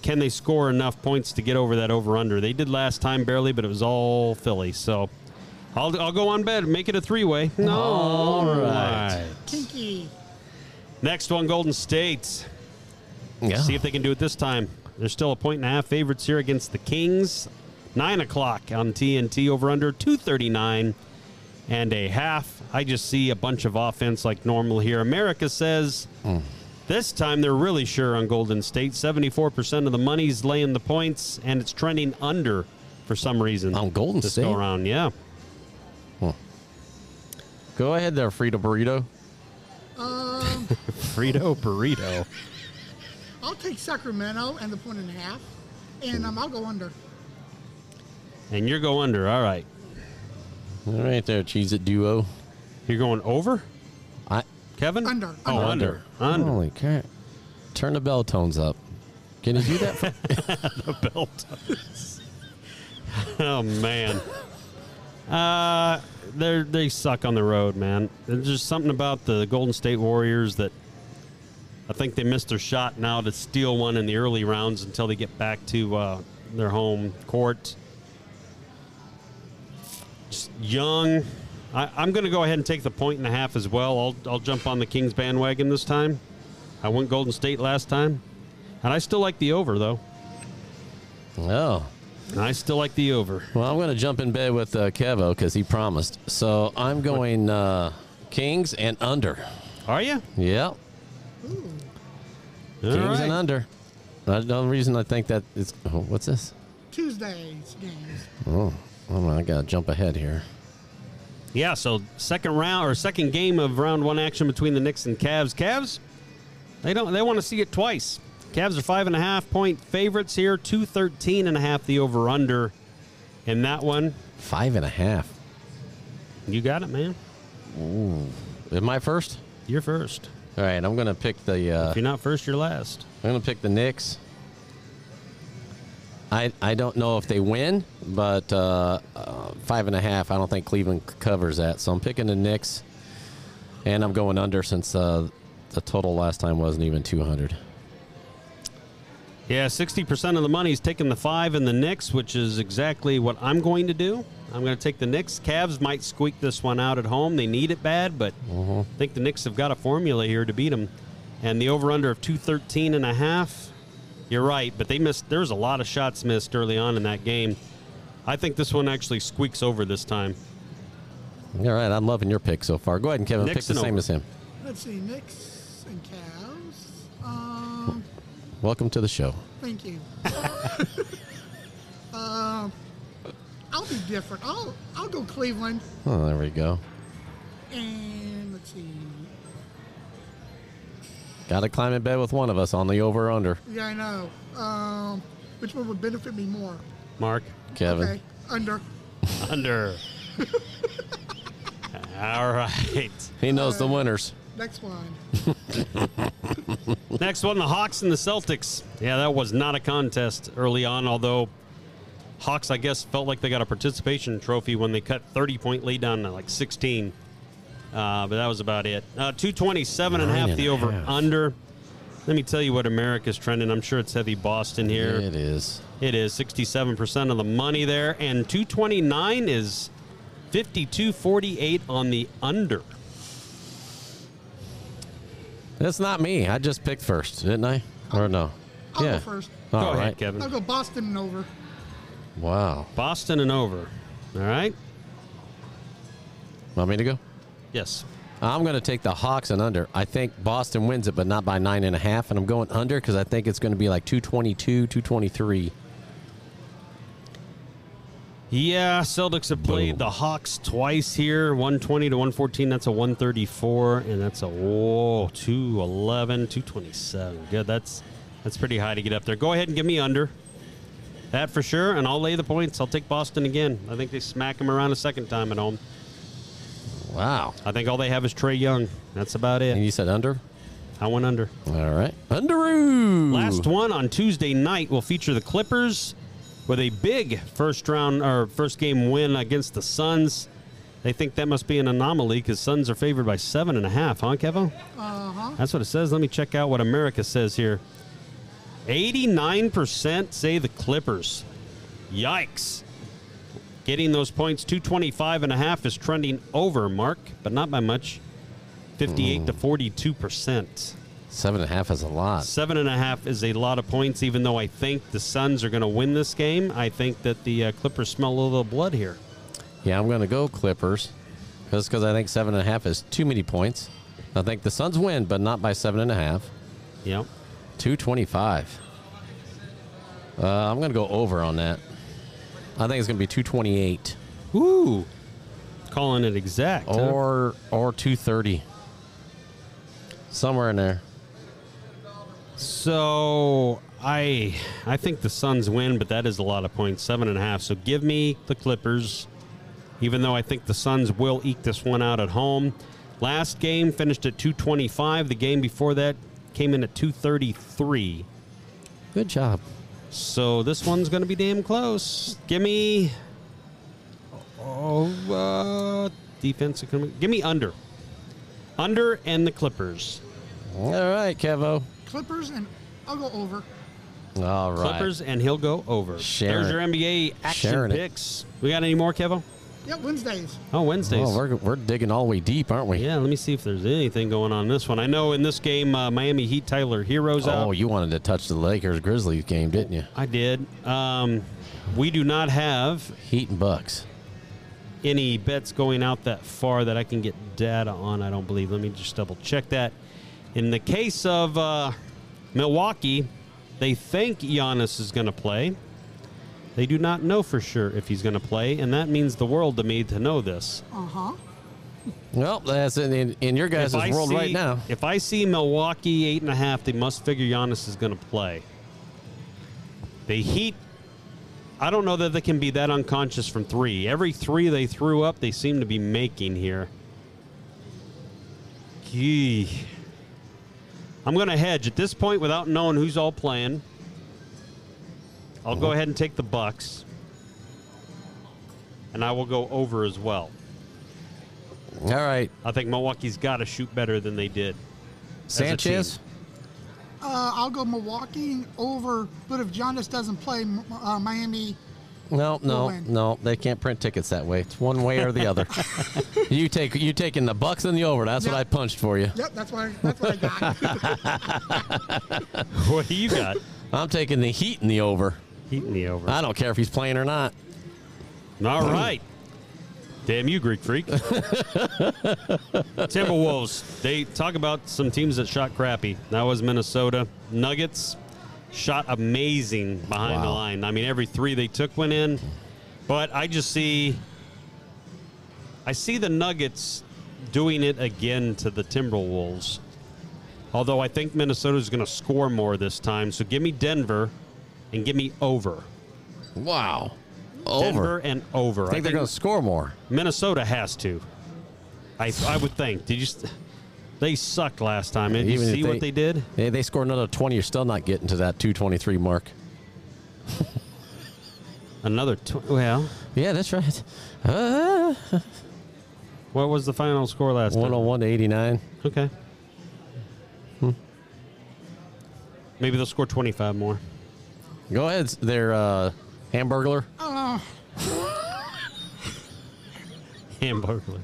can they score enough points to get over that over under? They did last time barely, but it was all Philly. So I'll, I'll go on bed and make it a three way. No. All right. Kinky. Next one Golden State. Yeah. See if they can do it this time. They're still a point and a half favorites here against the Kings. Nine o'clock on TNT over under 239 and a half. I just see a bunch of offense like normal here. America says Hmm. this time they're really sure on Golden State. 74% of the money's laying the points, and it's trending under for some reason. On Golden this State? go around, yeah. go ahead there, Frito Burrito. Um, Frito burrito. I'll take Sacramento and the point and a half, and um, I'll go under. And you're go under. All right. All right there, Cheese It Duo. You're going over, I, Kevin? Under. Oh, under. Under. Under. Holy crap. Turn the bell tones up. Can you do that? For, belt. oh man, uh, they they suck on the road, man. There's just something about the Golden State Warriors that I think they missed their shot now to steal one in the early rounds until they get back to uh, their home court. Just young. I, I'm going to go ahead and take the point and a half as well. I'll, I'll jump on the Kings bandwagon this time. I went Golden State last time, and I still like the over though. oh. And I still like the over. Well, I'm going to jump in bed with uh, Kevo because he promised. So I'm going uh, Kings and under. Are you? Yep. Kings and under. That's the only reason I think that is. Oh, what's this? Tuesday's games. Oh, hold on, I gotta jump ahead here. Yeah, so second round or second game of round one action between the Knicks and Cavs. Cavs, they don't they want to see it twice. Cavs are five and a half point favorites here, 213 and a half the over under. In that one, Five and a half. you got it, man. Am I first? You're first. All right, I'm gonna pick the. Uh, If you're not first, you're last. I'm gonna pick the Knicks. I I don't know if they win, but uh, uh, five and a half. I don't think Cleveland c- covers that, so I'm picking the Knicks, and I'm going under since uh, the total last time wasn't even 200. Yeah, 60% of the money is taking the five and the Knicks, which is exactly what I'm going to do. I'm going to take the Knicks. Cavs might squeak this one out at home. They need it bad, but I think the Knicks have got a formula here to beat them. And the over-under of 213 and a half, you're right, but they missed. There's a lot of shots missed early on in that game. I think this one actually squeaks over this time. All right, I'm loving your pick so far. Go ahead and Kevin Knicks pick the and same over. as him. Let's see, Knicks and Cavs. Um, Welcome to the show. thank you. um, I'll be different. I'll I'll go Cleveland Oh, there we go. and let's see. Got to climb in bed with one of us on the over under. Yeah, I know. Um, which one would benefit me more? Mark, Kevin. Okay, under. under. All right. He knows the winners. Next one. Next one, the Hawks and the Celtics. Yeah, that was not a contest early on, although Hawks, I guess, felt like they got a participation trophy when they cut 30 point lead down to like 16. Uh, but that was about it. Uh, 227 and a half, Nine and the a over half. under. Let me tell you what America's trending. I'm sure it's heavy Boston here. It is. It is 67% of the money there, and 229 is 52.48 on the under. That's not me. I just picked first, didn't I? Or no? I'll yeah. go first. All Go ahead, right. Kevin. I'll go Boston and over. Wow. Boston and over. All right. Want me to go? Yes. I'm going to take the Hawks and under. I think Boston wins it, but not by nine and a half. And I'm going under because I think it's going to be like 222, 223. Yeah, Celtics have played Boom. the Hawks twice here 120 to 114. That's a 134, and that's a whoa, 211, 227. Good. That's that's pretty high to get up there. Go ahead and give me under. That for sure, and I'll lay the points. I'll take Boston again. I think they smack him around a second time at home. Wow. I think all they have is Trey Young. That's about And it. you said under? I went under. All right. Underoo. Last one on Tuesday night will feature the Clippers with a big first round or first game win against the Suns. They think that must be an anomaly because Suns are favored by seven and a half, huh, Kevo? Uh-huh. That's what it says. Let me check out what America says here. 89% say the Clippers. Yikes. Getting those points, 225 and a half is trending over, Mark, but not by much. 58 to 42%. Seven and a half is a lot. Seven and a half is a lot of points, even though I think the Suns are going to win this game. I think that the uh, Clippers smell a little blood here. Yeah, I'm going to go Clippers. Just because I think seven and a half is too many points. I think the Suns win, but not by seven and a half. Yep. 225. Uh, I'm going to go over on that. I think it's going to be 228 Ooh. Calling it exact. huh? or or 230. Somewhere in there. So I I think the Suns win, but that is a lot of points, seven and a half. So give me the Clippers, even though I think the Suns will eke this one out at home. Last game finished at 225. The game before that came in at 233. Good job. So this one's going to be damn close. Give me. Oh, uh, defense. Give me under. Under and the Clippers. All right, Kevo. Clippers and I'll go over. All right. Clippers, and he'll go over. Sharing There's your it. NBA action Sharing it. picks. We got any more, Kevo? Yeah, Wednesdays. Oh, Wednesdays. Oh, we're, we're digging all the way deep, aren't we? yeah, let me see if there's anything going on in this one. I know in this game, uh, Miami Heat Tyler Heroes out. Oh, you wanted to touch the Lakers Grizzlies game, didn't you? I did. Um, we do not have Heat and Bucks. any bets going out that far that I can get data on. I don't believe. Let me just double check that. In the case of uh, Milwaukee, they think Giannis is going to play. They do not know for sure if he's going to play, and that means the world to me to know this. Uh huh. Well, that's in, in, in your guys' If I world see- right now. If I see Milwaukee eight and a half, they must figure Giannis is going to play. The Heat, I don't know that they can be that unconscious from three. Every three they threw up, they seem to be making here. Gee. I'm going to hedge at this point without knowing who's all playing. I'll Uh-huh. go ahead and take the Bucks, and I will go over as well. All right. I think Milwaukee's got to shoot better than they did. a team. Sanchez. Uh, I'll go Milwaukee and over, but if Giannis doesn't play, M- uh, Miami. No, no, win. no. They can't print tickets that way. It's one way or the other. you take you taking the Bucks and the over. That's what Yeah. I punched for you. Yep, that's what I, that's what I got. What do you got? I'm taking the Heat and the over. Heating the over. I don't care if he's playing or not. All right. Damn you, Greek freak. Timberwolves. They talk about some teams that shot crappy. That was Minnesota. Nuggets shot amazing behind the Wow. line. I mean, every three they took went in. But I just see, I see the Nuggets doing it again to the Timberwolves. Although I think Minnesota's going to score more this time. So give me Denver and give me over. Wow. Over. Denver and over. I think they're going to score more. Minnesota has to. I I would think. Did you? s- They sucked last time. Did you Even if see what they- they did? They, they score another 20. You're still not getting to that 223 mark. Another tw- well. Yeah, that's right. Uh, What was the final score last time? 101 to 89. Okay. Hmm. Maybe they'll score twenty five more. Go ahead. They're uh, Hamburglar. uh, Hamburger.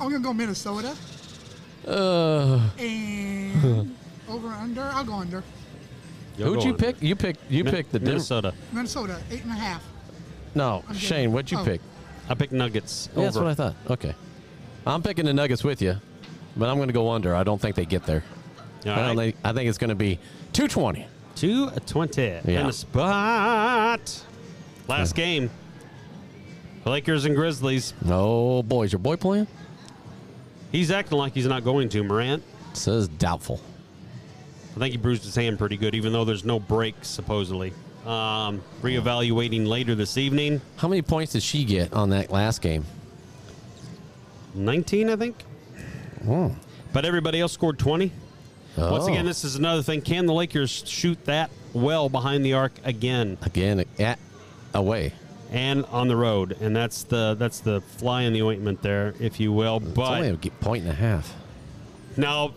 I'm gonna go Minnesota Uh, and over under. I'll go under. You'll who'd go you under. pick? You pick. You Mi- pick the Denver. Minnesota. Minnesota eight and a half. No, I'm getting- Shane. What'd you oh. pick? I picked Nuggets. Yeah, that's over. what I thought. Okay. I'm picking the Nuggets with you, but I'm going to go under. I don't think they get there. All I, don't right. think, I think it's going to be 220. 220 in Yeah. the spot. Last game. Lakers and Grizzlies. Oh, boy. Is your boy playing? He's acting like he's not going to, Morant. Says doubtful. I think he bruised his hand pretty good, even though there's no break, supposedly. Um, reevaluating later this evening. How many points did she get on that last game? 19, I think. But everybody else scored 20. Once Hmm. Oh. again, this is another thing. Can the Lakers shoot that well behind the arc again Oh. Again, at, away. and on the road? And that's the that's the fly in the ointment there, if you will. It's But only a g- point and a half. Now,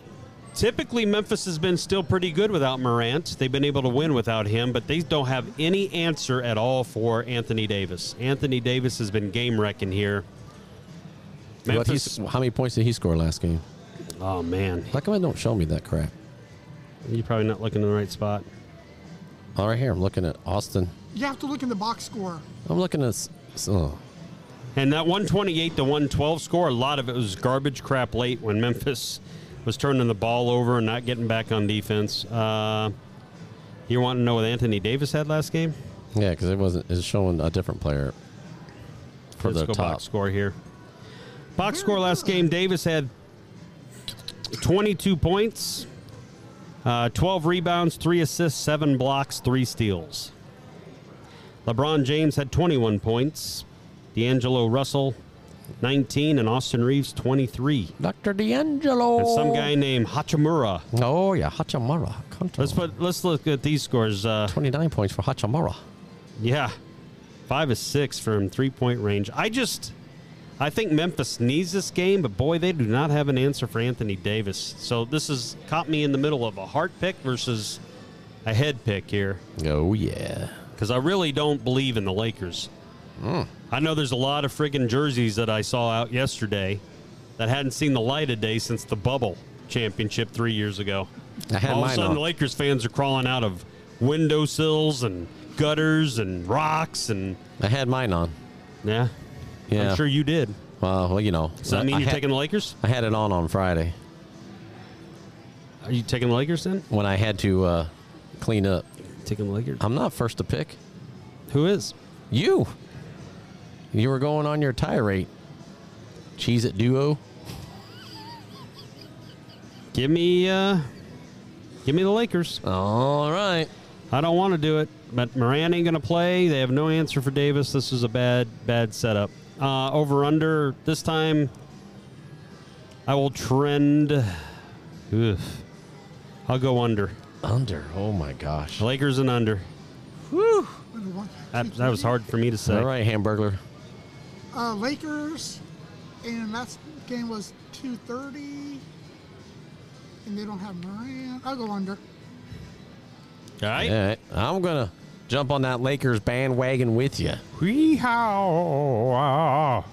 typically Memphis has been still pretty good without Morant. They've been able to win without him, but they don't have any answer at all for Anthony Davis. Anthony Davis has been game wrecking here. What he Memphis. s- how many points did he score last game? Oh man, How come it don't show me that crap? you're probably not looking in the right spot. Oh, right here. I'm looking at Austin. You have to look in the box score. I'm looking at. s- s- Oh, And that 128 to 112 score, a lot of it was garbage crap late when Memphis was turning the ball over and not getting back on defense. Uh, you want to know what Anthony Davis had last game? yeah, because it wasn't. It's showing a different player for Let's the go top. box score here. Box score last game: Davis had 22 points, uh, 12 rebounds, three assists, seven blocks, three steals. LeBron James had 21 points. D'Angelo Russell, 19, and Austin Reeves 23. Dr. D'Angelo. And some guy named Hachimura. Oh yeah, Hachimura. Kanto. Let's put. Let's look at these scores. Uh, 29 points for Hachimura. Yeah. Five is six from three point range. I just I think Memphis needs this game, but boy, they do not have an answer for Anthony Davis. So this has caught me in the middle of a heart pick versus a head pick here. Oh yeah. Because I really don't believe in the Lakers. Hmm. I know there's a lot of friggin' jerseys that I saw out yesterday that hadn't seen the light of day since the bubble championship three years ago. I had All of a mine sudden, on. the Lakers fans are crawling out of windowsills and gutters and rocks and I had mine on. yeah, Yeah. I'm sure you did. Well, well, you know. Does that I- mean I you're had- taking the Lakers? I had it on on Friday Are you taking the Lakers then? when I had to uh, clean up. Taking the Lakers. I'm not first to pick. Uh, Who is? You. You were going on your tirade. Cheese it duo. Give me, uh, give me the Lakers. All right. I don't want to do it, but Moran ain't gonna play. They have no answer for Davis. This is a bad, bad setup. Uh, over under this time. I will trend. Oof. I'll go under. Under. Oh my gosh. All Lakers and under. Number one. That, that was hard for me to say. right, Hamburglar. Uh, Lakers, and that game was 230, and they don't have Moran. I'll go under. All right. All right. I'm gonna jump on that Lakers bandwagon with you. But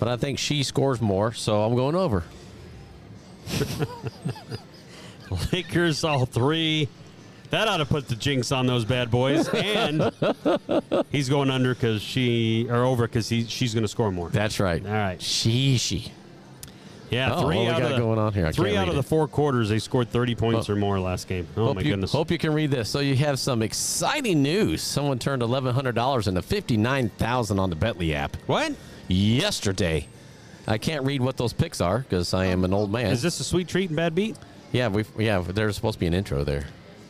I think she scores more, so I'm going over. Lakers all three. That ought to put the jinx on those bad boys. And he's going under because she or over because he she's going to score more. That's right. All right. She she. Yeah, Oh, three what we out of got the, going on here? I three can't out read of it. the four quarters they scored thirty points or more last game. Oh hope my you, goodness. Hope you can read this. So you have some exciting news. Someone turned eleven hundred dollars into fifty nine thousand on the Betly app what yesterday. I can't read what those picks are because I am an old man. is this a sweet treat and bad beat? yeah, we yeah. There's supposed to be an intro there.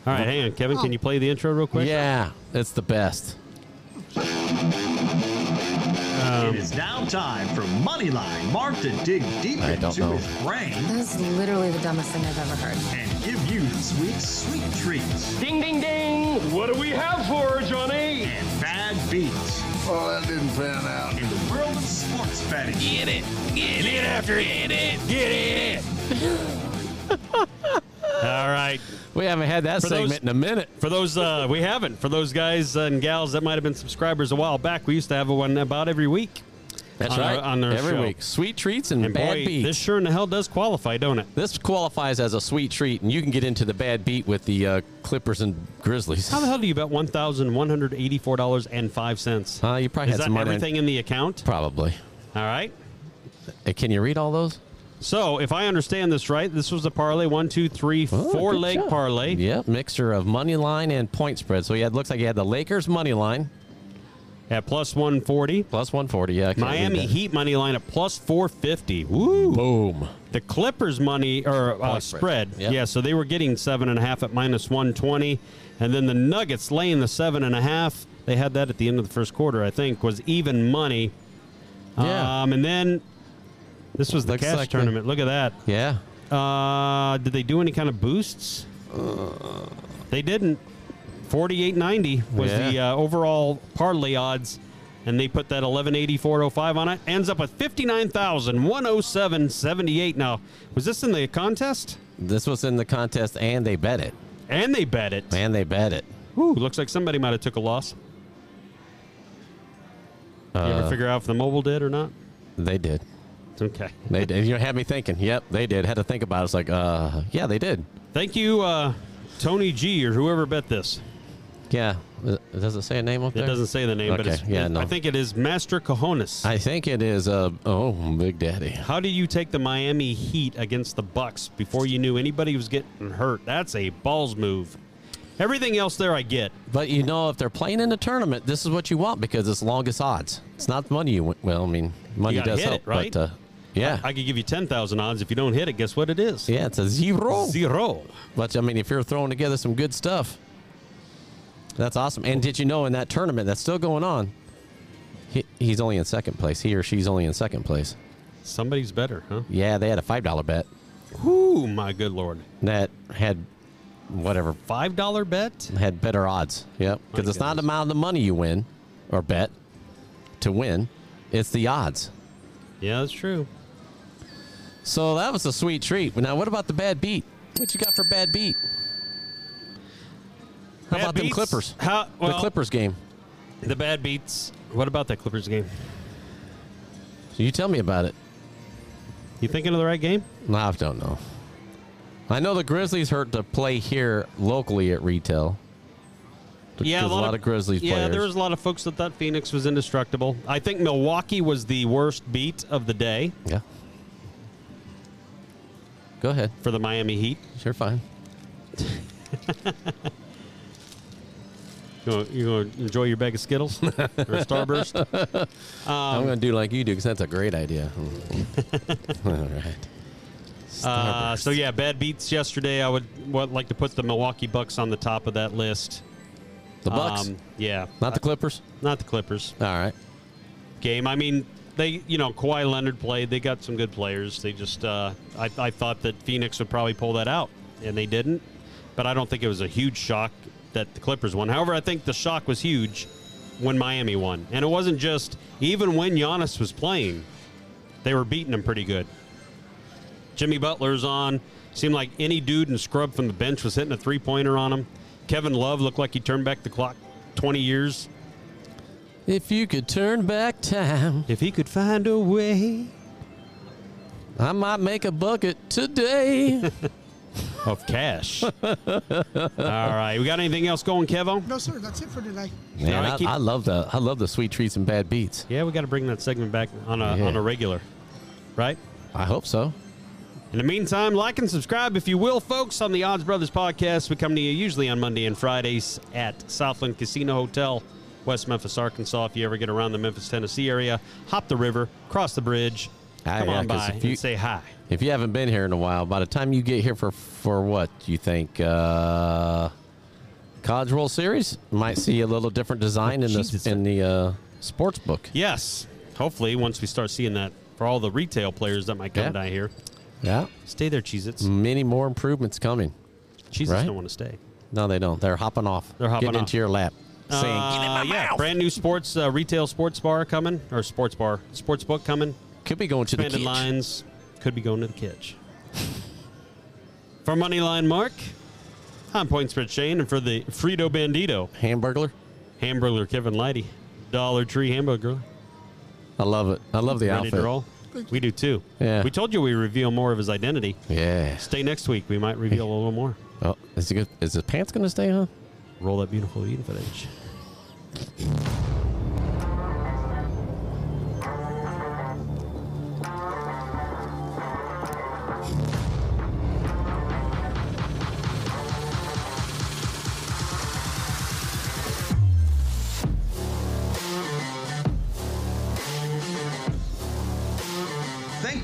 All right, hang on, Kevin. Can you play the intro real quick? Yeah, it's the best. it is now time for Moneyline Mark to dig deep I into don't know. his brain That is literally the dumbest thing I've ever heard. and give you this week's sweet treats Ding, ding, ding. What do we have for her, Johnny? and bad beats Oh, that didn't pan out. in the world of sports betting. All right. We haven't had that For those- segment in a minute. For those uh, we haven't, for those guys and gals that might have been subscribers a while back, we used to have one about every week. That's on our- right. on their Every show. week, sweet treats and, And bad boy, beats. this sure in the hell does qualify, don't it? This qualifies as a sweet treat, and you can get into the bad beat with the uh, Clippers and Grizzlies. How the hell do you bet one thousand one hundred eighty-four dollars and five cents? Uh, you probably Is had that some money. everything in the account? Probably. All right. Uh, Can you read all those? So, if I understand this right, this was a parlay one, two, three, four Oh, good leg job. parlay. Yep, mixture of money line and point spread. So he had looks like he had the Lakers money line at plus 140. plus 140. Yeah, I can't read Miami that. Heat money line at plus 450. Woo! Boom. The Clippers money or uh, Point spread. spread, Yep. yeah. So they were getting seven and a half at minus 120, and then the Nuggets laying the seven and a half. They had that at the end of the first quarter, I think, was even money. Yeah. Um, and then this was the Looks cash like the- tournament. Look at that. Yeah. Uh, did they do any kind of boosts? Uh. they didn't. Forty-eight ninety was Yeah. the uh, overall parlay odds, and they put that eleven eighty-four oh five on it. Ends up with fifty-nine thousand one hundred seven seventy-eight. Now, was this in the contest? This was in the contest and they bet it. And they bet it. And they bet it. Ooh, looks like somebody might have took a loss. you Uh. ever figure out if the mobile did or not? They did. It's okay. They did. You had me thinking. Yep, they did. Had to think about it. It's like, uh, yeah, they did. Thank you, uh, Tony G, or whoever bet this. Yeah. Uh, Does it say a name up It there? doesn't say the name, but Okay, it's, yeah, no. I think it is Master Cajonas. I think it is. Uh, oh, Big Daddy. How do you take the Miami Heat against the Bucks before you knew anybody was getting hurt? That's a balls move. Everything else there, I get. But you know, if they're playing in a tournament, this is what you want because it's longest odds. It's not money you win. Well, I mean, money gotta does hit help, it, right? but uh, yeah, I could give you ten thousand odds if you don't hit it. Guess what it is? yeah, it's a zero. Zero. But I mean, if you're throwing together some good stuff, that's awesome. And did you know in that tournament that's still going on? He, he's only in second place. He or she's only in second place. Somebody's better, huh? Yeah, they had a five dollar bet Ooh, my good lord. that had whatever Five dollar bet? had better odds. Yep, because My it's not the goodness. amount of money you win or bet to win; it's the odds. Yeah, that's true. So that was a sweet treat. Now, what about the bad beat? What you got for bad beat? How Bad about them beats? Clippers? How- the well- Clippers game. The bad beats. What about that Clippers game? You tell me about it. You thinking of the right game? No, I don't know. I know the Grizzlies hurt to play here locally at retail. There's a lot, of, Grizzlies yeah, players. there was a lot of folks that thought Phoenix was indestructible. I think Milwaukee was the worst beat of the day yeah. Go ahead. for the Miami Heat. You're fine. You gonna, you gonna enjoy your bag of Skittles or Starburst? Um, I'm going to do like you do because that's a great idea. All right. Uh, Starburst. so yeah, bad beats yesterday. I would, would like to put the Milwaukee Bucks on the top of that list. Um, the Bucks, yeah, not the Clippers. not the Clippers All right. game. I mean, they you know Kawhi Leonard played. They got some good players. They just uh, I, I thought that Phoenix would probably pull that out, and they didn't. But I don't think it was a huge shock that the Clippers won. However, I think the shock was huge when Miami won, and it wasn't just even when Giannis was playing, they were beating him pretty good. Jimmy Butler's on. Seemed like any dude in scrub from the bench was hitting a three pointer on him. Kevin Love looked like he turned back the clock 20 years. If you could turn back time, If he could find a way. I might make a bucket today. of cash. All right, we got anything else going, Kevo? No, sir, that's it for today. Man, I I, keep- I love the I love the sweet treats and bad beats. Yeah, we got to bring that segment back on a Yeah. on a regular, right? I hope so. In the meantime, like and subscribe if you will, folks, on the Odds Brothers podcast. We come to you usually on Monday and Fridays at Southland Casino Hotel, West Memphis, Arkansas. If you ever get around the Memphis, Tennessee area, hop the river, cross the bridge, Ah, come yeah, on 'cause by if you- and say hi. If you haven't been here in a while, by the time you get here for for what you think, uh, college World Series might see a little different design in Jesus. the in the uh, sports book. Yes, hopefully once we start seeing that for all the retail players that might come Yeah. down here, Yeah, stay there, Cheez-Its. many more improvements coming. Cheez-Its Right. don't want to stay. No, they don't. They're hopping off. They're hopping getting off. into your lap, saying, "Get in Uh, my yeah, mouth." brand new sports uh, retail sports bar coming or sports bar sports book coming. Could be going to the Expanded kitchen. lines could be going to the kitch. for Moneyline Mark, I'm Point Spread Shane, and for the Frito Bandito, Hamburglar. Hamburger Kevin Lighty, Dollar Tree Hamburger, I love it. I love the ready to outfit. roll. We do too. Yeah. We told you we reveal more of his identity. Yeah. Stay next week. We might reveal a little more. Oh, is it good? Is his pants gonna stay on? Roll that beautiful eating footage.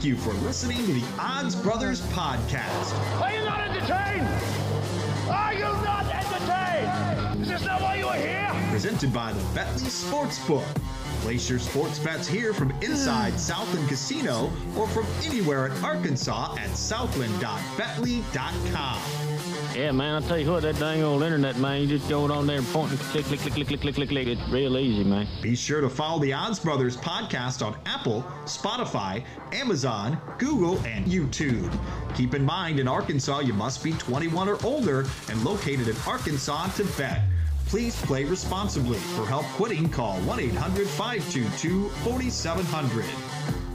you for listening to the Odds Brothers Podcast. Are you not entertained? Are you not entertained? Is this not why you are here? presented by the Betley Sportsbook. Place your sports bets here from inside Southland Casino or from anywhere in Arkansas at southland.betley.com. Yeah, man, I tell you what, that dang old internet, man, you just go on there and point and click, click, click, click, click, click, click, click. It's real easy, man. Be sure to follow the Odds Brothers podcast on Apple, Spotify, Amazon, Google, and YouTube. Keep in mind, in Arkansas, you must be 21 or older and located in Arkansas to bet. Please play responsibly. For help quitting, call 1 800 522 4700.